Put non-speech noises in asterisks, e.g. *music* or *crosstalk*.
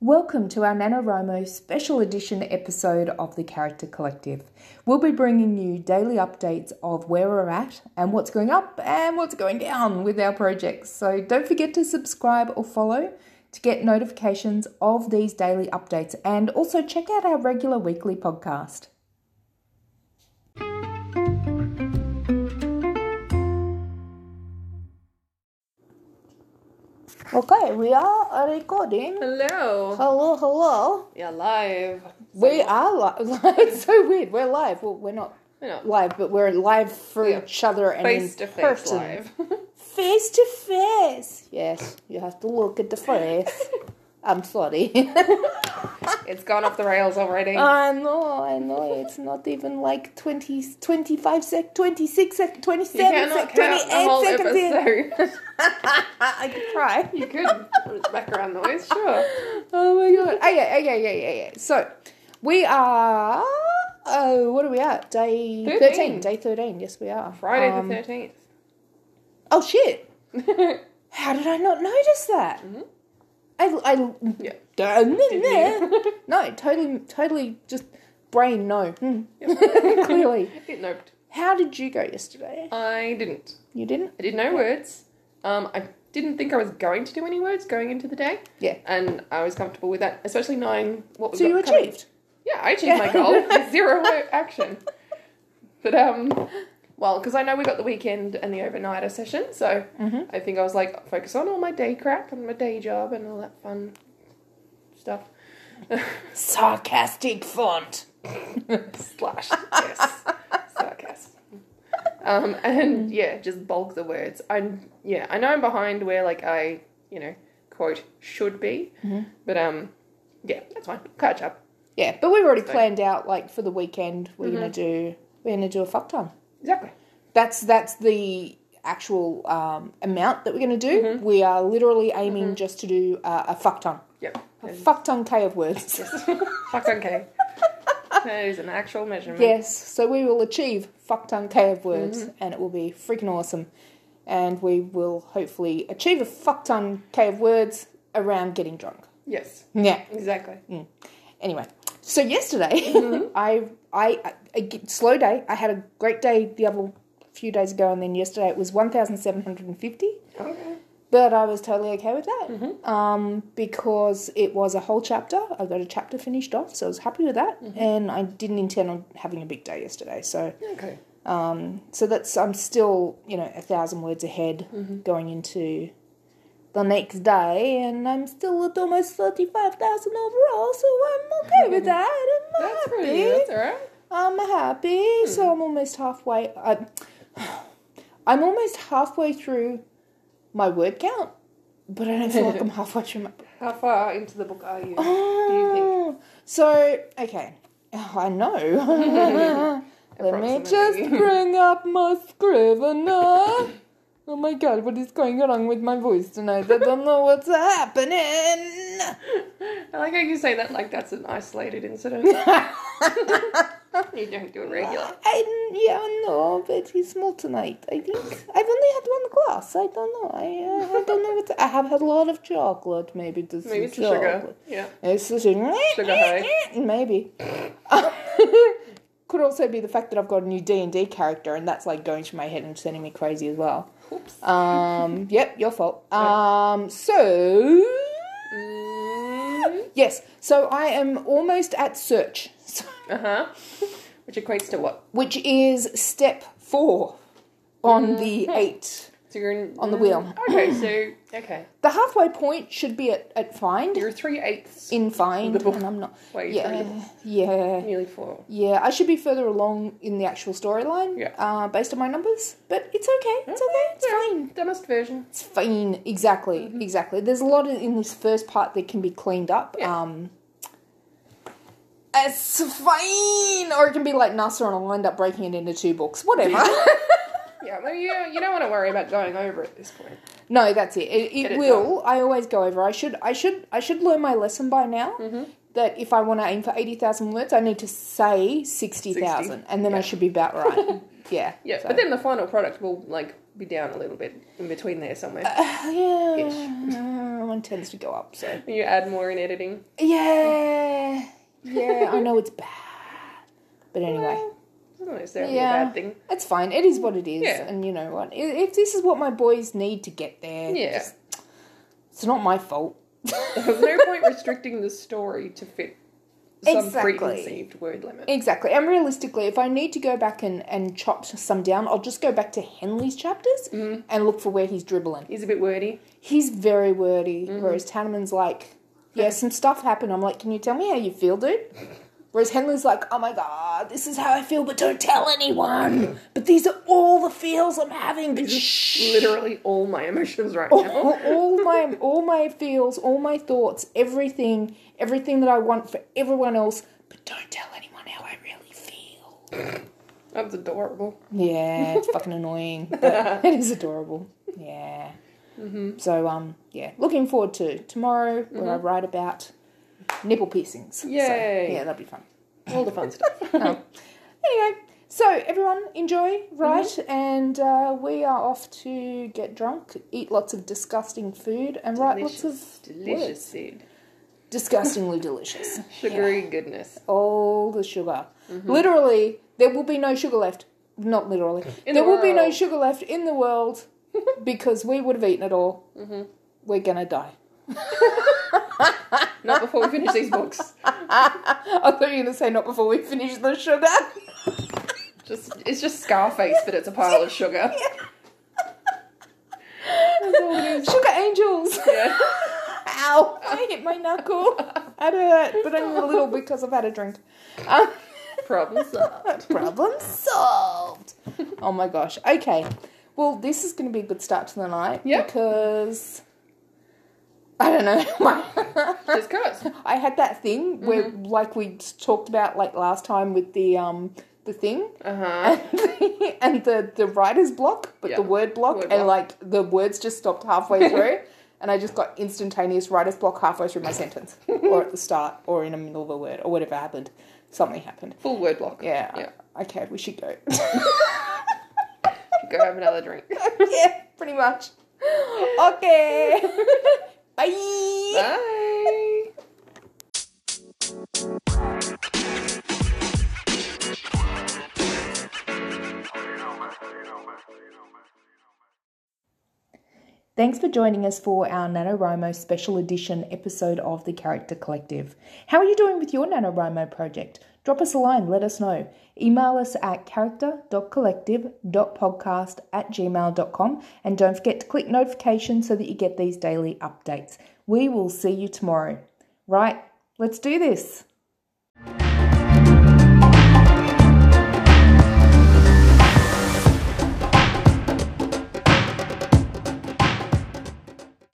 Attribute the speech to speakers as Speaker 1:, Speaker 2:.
Speaker 1: Welcome to our NaNoWriMo special edition episode of the Character Collective. We'll be bringing you daily updates of where we're at and what's going up and what's going down with our projects. So don't forget to subscribe or follow to get notifications of these daily updates and also check out our regular weekly podcast. Okay, we are recording.
Speaker 2: Hello.
Speaker 1: Hello, hello.
Speaker 2: We are live.
Speaker 1: We are live. *laughs* it's so weird. We're live. Well, we're not
Speaker 2: We're not
Speaker 1: live, but we're live for
Speaker 2: Yeah.
Speaker 1: each other and
Speaker 2: face
Speaker 1: in
Speaker 2: to face
Speaker 1: person.
Speaker 2: live. *laughs*
Speaker 1: Face to face. Yes, you have to look
Speaker 2: *laughs*
Speaker 1: at the face. I'm sorry.
Speaker 2: it's gone off the rails already.
Speaker 1: I know, I know. It's not even like 20, 25 sec, 26 sec,
Speaker 2: you
Speaker 1: 27
Speaker 2: cannot
Speaker 1: sec,
Speaker 2: count
Speaker 1: 28
Speaker 2: the whole
Speaker 1: seconds in.
Speaker 2: episode.
Speaker 1: *laughs* I could try.
Speaker 2: you could background noise, sure.
Speaker 1: Oh my god. Okay, okay, okay, okay, okay. So, we are. Oh, what are we at? Day 13.
Speaker 2: 13.
Speaker 1: Day 13. Yes, we are.
Speaker 2: Friday
Speaker 1: Um, *laughs*
Speaker 2: the thirteenth.
Speaker 1: Oh, shit. How did I not notice that?
Speaker 2: Mhm.
Speaker 1: I. I
Speaker 2: Yeah.
Speaker 1: Didn't *laughs* no, totally, totally just brain no. Hmm. *laughs* Clearly.
Speaker 2: *laughs* It noped.
Speaker 1: How did you go yesterday?
Speaker 2: I didn't.
Speaker 1: You didn't?
Speaker 2: I did no words. Um, I didn't think I was going to do any words going into the day.
Speaker 1: Yeah.
Speaker 2: And I was comfortable with that, especially knowing what was
Speaker 1: So you achieved.
Speaker 2: Yeah, I achieved my
Speaker 1: Yeah.
Speaker 2: goal. with Zero wo- action. But um, well, because I know we got the weekend and the overnighter session, so
Speaker 1: Mhm.
Speaker 2: I think I was like focus on all my day crap and my day job and all that fun stuff. *laughs*
Speaker 1: Sarcastic font.
Speaker 2: Slash yes, sarcasm. Um, and yeah, just bulk the words. I yeah, I know I'm behind where like I you know quote should be, but um, yeah, that's fine. Catch up.
Speaker 1: Yeah, but we've already
Speaker 2: So-
Speaker 1: planned out like for the weekend. We're gonna
Speaker 2: Mm-hmm.
Speaker 1: do. We're gonna do a fuck ton.
Speaker 2: Exactly.
Speaker 1: That's that's the actual um, amount that we're going to do.
Speaker 2: Mm-hmm.
Speaker 1: We are literally aiming just to do uh, a fuck ton,
Speaker 2: Yep.
Speaker 1: a fuck ton k of words. *laughs*
Speaker 2: Yes. Fuck's okay. That is an actual measurement.
Speaker 1: yes, so we will achieve fuck ton k of words,
Speaker 2: Mm-hmm.
Speaker 1: and it will be freaking awesome. And we will hopefully achieve a fuck ton k of words around getting drunk.
Speaker 2: Yes,
Speaker 1: Yeah.
Speaker 2: exactly.
Speaker 1: Anyway, so yesterday
Speaker 2: Mm-hmm.
Speaker 1: *laughs* I, I I- a slow day. I had a great day the other few days ago, and then yesterday it was one thousand seven hundred and fifty.
Speaker 2: Okay.
Speaker 1: But I was totally okay with that
Speaker 2: Mm-hmm.
Speaker 1: um, because it was a whole chapter. I got a chapter finished off, so I was happy with that.
Speaker 2: Mm-hmm.
Speaker 1: And I didn't intend on having a big day yesterday, so
Speaker 2: Okay.
Speaker 1: um, so that's I'm still you know a thousand words ahead
Speaker 2: Mm-hmm.
Speaker 1: going into the next day, and I'm still at almost thirty five thousand overall. So I'm okay with that. I'm
Speaker 2: Mm-hmm. That's
Speaker 1: happy.
Speaker 2: pretty. That's all right.
Speaker 1: I'm happy,
Speaker 2: Hmm.
Speaker 1: so I'm almost halfway. I'm, *sighs* I'm almost halfway through my word count, but I don't feel like
Speaker 2: *laughs*
Speaker 1: I'm halfway through my.
Speaker 2: How far into the book *laughs* are you?
Speaker 1: Oh, so okay, Oh, I know. *laughs* Let me just
Speaker 2: Approximately.
Speaker 1: bring up my
Speaker 2: *laughs*
Speaker 1: Scrivener. Oh my god, what is going on with my voice tonight? I don't know what's happening. *laughs*
Speaker 2: I like how you say that like that's an isolated *laughs* incident. you don't do it regular.
Speaker 1: I yeah no, but he's small tonight. I think I've only had one glass. I don't know. I uh, I don't know what I have had a lot of chocolate. Maybe this
Speaker 2: Maybe
Speaker 1: is
Speaker 2: it's the sugar. Yeah.
Speaker 1: It's the sugar.
Speaker 2: Sugar high.
Speaker 1: *laughs* Maybe. Could also be the fact that I've got a new D and D character, and that's like going to my head and sending me crazy as well.
Speaker 2: Oops.
Speaker 1: Um,
Speaker 2: *laughs*
Speaker 1: yep, your fault. Um, so
Speaker 2: Mm.
Speaker 1: yes, so I am almost at search, *laughs* so,
Speaker 2: Uh huh. Which equates to what?
Speaker 1: which is step four on
Speaker 2: Mm-hmm.
Speaker 1: the eight.
Speaker 2: So you're in, Mm.
Speaker 1: On the wheel.
Speaker 2: Okay. So *coughs* okay.
Speaker 1: The halfway point should be at, at find
Speaker 2: You're three eighths.
Speaker 1: in find,
Speaker 2: The book.
Speaker 1: and I'm not.
Speaker 2: *laughs* Wait,
Speaker 1: yeah, yeah,
Speaker 2: Nearly four.
Speaker 1: yeah. I should be further along in the actual storyline,
Speaker 2: Yeah.
Speaker 1: uh, based on my numbers. But it's okay. It's okay. It's fine.
Speaker 2: Dumbest version.
Speaker 1: It's fine. Exactly.
Speaker 2: Mm-hmm.
Speaker 1: Exactly. There's a lot in, in this first part that can be cleaned up.
Speaker 2: Yeah.
Speaker 1: Um, it's fine, or it can be like Nasser and I lined up breaking it into two books.
Speaker 2: *laughs*
Speaker 1: Whatever. *laughs*
Speaker 2: Yeah. Well, you you don't want to worry about going over at this point.
Speaker 1: No, that's it. It, it,
Speaker 2: Get it
Speaker 1: will. I always go over. I should. I should. I should learn my lesson by now.
Speaker 2: Mm-hmm.
Speaker 1: That if I want to aim for eighty thousand words, I need to say sixty thousand, and then I
Speaker 2: Yeah. *laughs*
Speaker 1: should be about right. yeah.
Speaker 2: Yeah,
Speaker 1: so-
Speaker 2: but then the final product will like be down a little bit in between there somewhere.
Speaker 1: *sighs* yeah.
Speaker 2: Ish.
Speaker 1: uh, One tends to go up, so.
Speaker 2: you add more in editing.
Speaker 1: Yeah. Yeah, I know it's bad. But anyway,
Speaker 2: Well, it's not necessarily
Speaker 1: Yeah.
Speaker 2: a bad thing. *laughs*
Speaker 1: it's fine. It is what it is.
Speaker 2: Yeah.
Speaker 1: And you know what? I- If this is what my boys need to get there,
Speaker 2: Yeah.
Speaker 1: just- it's not my fault.
Speaker 2: *laughs* There's no point restricting the story to fit some
Speaker 1: Exactly.
Speaker 2: preconceived word limit.
Speaker 1: Exactly. And realistically, if I need to go back and, and chop some down, I'll just go back to Henley's chapters and look for where he's dribbling.
Speaker 2: He's a bit wordy.
Speaker 1: He's very wordy, whereas Tanneman's like, yeah, some stuff happened. I'm like, can you tell me how you feel, dude? Whereas Henley's like, oh my god, this is how I feel, but don't tell anyone. But these are all the feels I'm having. But shh.
Speaker 2: Literally all my emotions right
Speaker 1: *laughs*
Speaker 2: now.
Speaker 1: all, all my all my feels, all my thoughts, everything, everything that I want for everyone else, but don't tell anyone how I really feel.
Speaker 2: That's adorable.
Speaker 1: Yeah,
Speaker 2: *laughs*
Speaker 1: it's fucking annoying. But it is adorable. Yeah.
Speaker 2: Mm-hmm.
Speaker 1: So um, yeah, looking forward to tomorrow where I write about nipple piercings. So,
Speaker 2: Yay.
Speaker 1: yeah, that'll be fun.
Speaker 2: All the
Speaker 1: *laughs*
Speaker 2: fun stuff.
Speaker 1: Oh. anyway, so everyone enjoy, right?
Speaker 2: Mm-hmm.
Speaker 1: And uh, we are off to get drunk, eat lots of disgusting food, and write lots of
Speaker 2: delicious
Speaker 1: words.
Speaker 2: seed.
Speaker 1: disgustingly
Speaker 2: *laughs*
Speaker 1: delicious.
Speaker 2: Sugary goodness.
Speaker 1: all the sugar.
Speaker 2: Mm-hmm.
Speaker 1: Literally, there will be no sugar left. Not literally.
Speaker 2: In
Speaker 1: there
Speaker 2: the
Speaker 1: will be no
Speaker 2: world.
Speaker 1: sugar left in the
Speaker 2: *laughs*
Speaker 1: world because we would have eaten it all.
Speaker 2: Mm-hmm.
Speaker 1: We're gonna die. *laughs*
Speaker 2: Not before we finish
Speaker 1: *laughs*
Speaker 2: these books.
Speaker 1: I thought you were gonna say not before we finish the sugar. *laughs*
Speaker 2: Just it's just Scarface, but it's a pile of
Speaker 1: *laughs*
Speaker 2: sugar. That's all it is.
Speaker 1: sugar angels.
Speaker 2: Yeah.
Speaker 1: Ow! I hit my *laughs* knuckle. That hurt, but only a little because I've had a drink. *laughs* Um,
Speaker 2: Problem solved.
Speaker 1: problem solved. Oh my gosh. Okay. Well, this is going to be a good start to the night
Speaker 2: Yep.
Speaker 1: because I don't know. *laughs* My-
Speaker 2: Just cause.
Speaker 1: I had that thing where, like we talked about, like last time with the um the thing
Speaker 2: Uh-huh.
Speaker 1: and the, and the, the writer's block, but the
Speaker 2: Yeah.
Speaker 1: word block,
Speaker 2: Word
Speaker 1: and
Speaker 2: block.
Speaker 1: like the words just stopped
Speaker 2: *laughs*
Speaker 1: halfway through, and I just got instantaneous writer's block halfway through my sentence, or at the start, or in the middle of a word, or whatever happened. Something happened.
Speaker 2: Full word block.
Speaker 1: Yeah.
Speaker 2: Yeah.
Speaker 1: Okay, we should go.
Speaker 2: *laughs*
Speaker 1: *laughs*
Speaker 2: Go have another drink.
Speaker 1: *laughs* yeah, pretty much.
Speaker 2: *laughs*
Speaker 1: Okay. Bye.
Speaker 2: Bye.
Speaker 1: Thanks for joining us for our NaNoWriMo special edition episode of the Character Collective. How are you doing with your NaNoWriMo project? Drop us a line, let us know. Email us at character.collective.podcast at gmail.com and don't forget to click notifications so that you get these daily updates. We will see you tomorrow. Right, let's do this.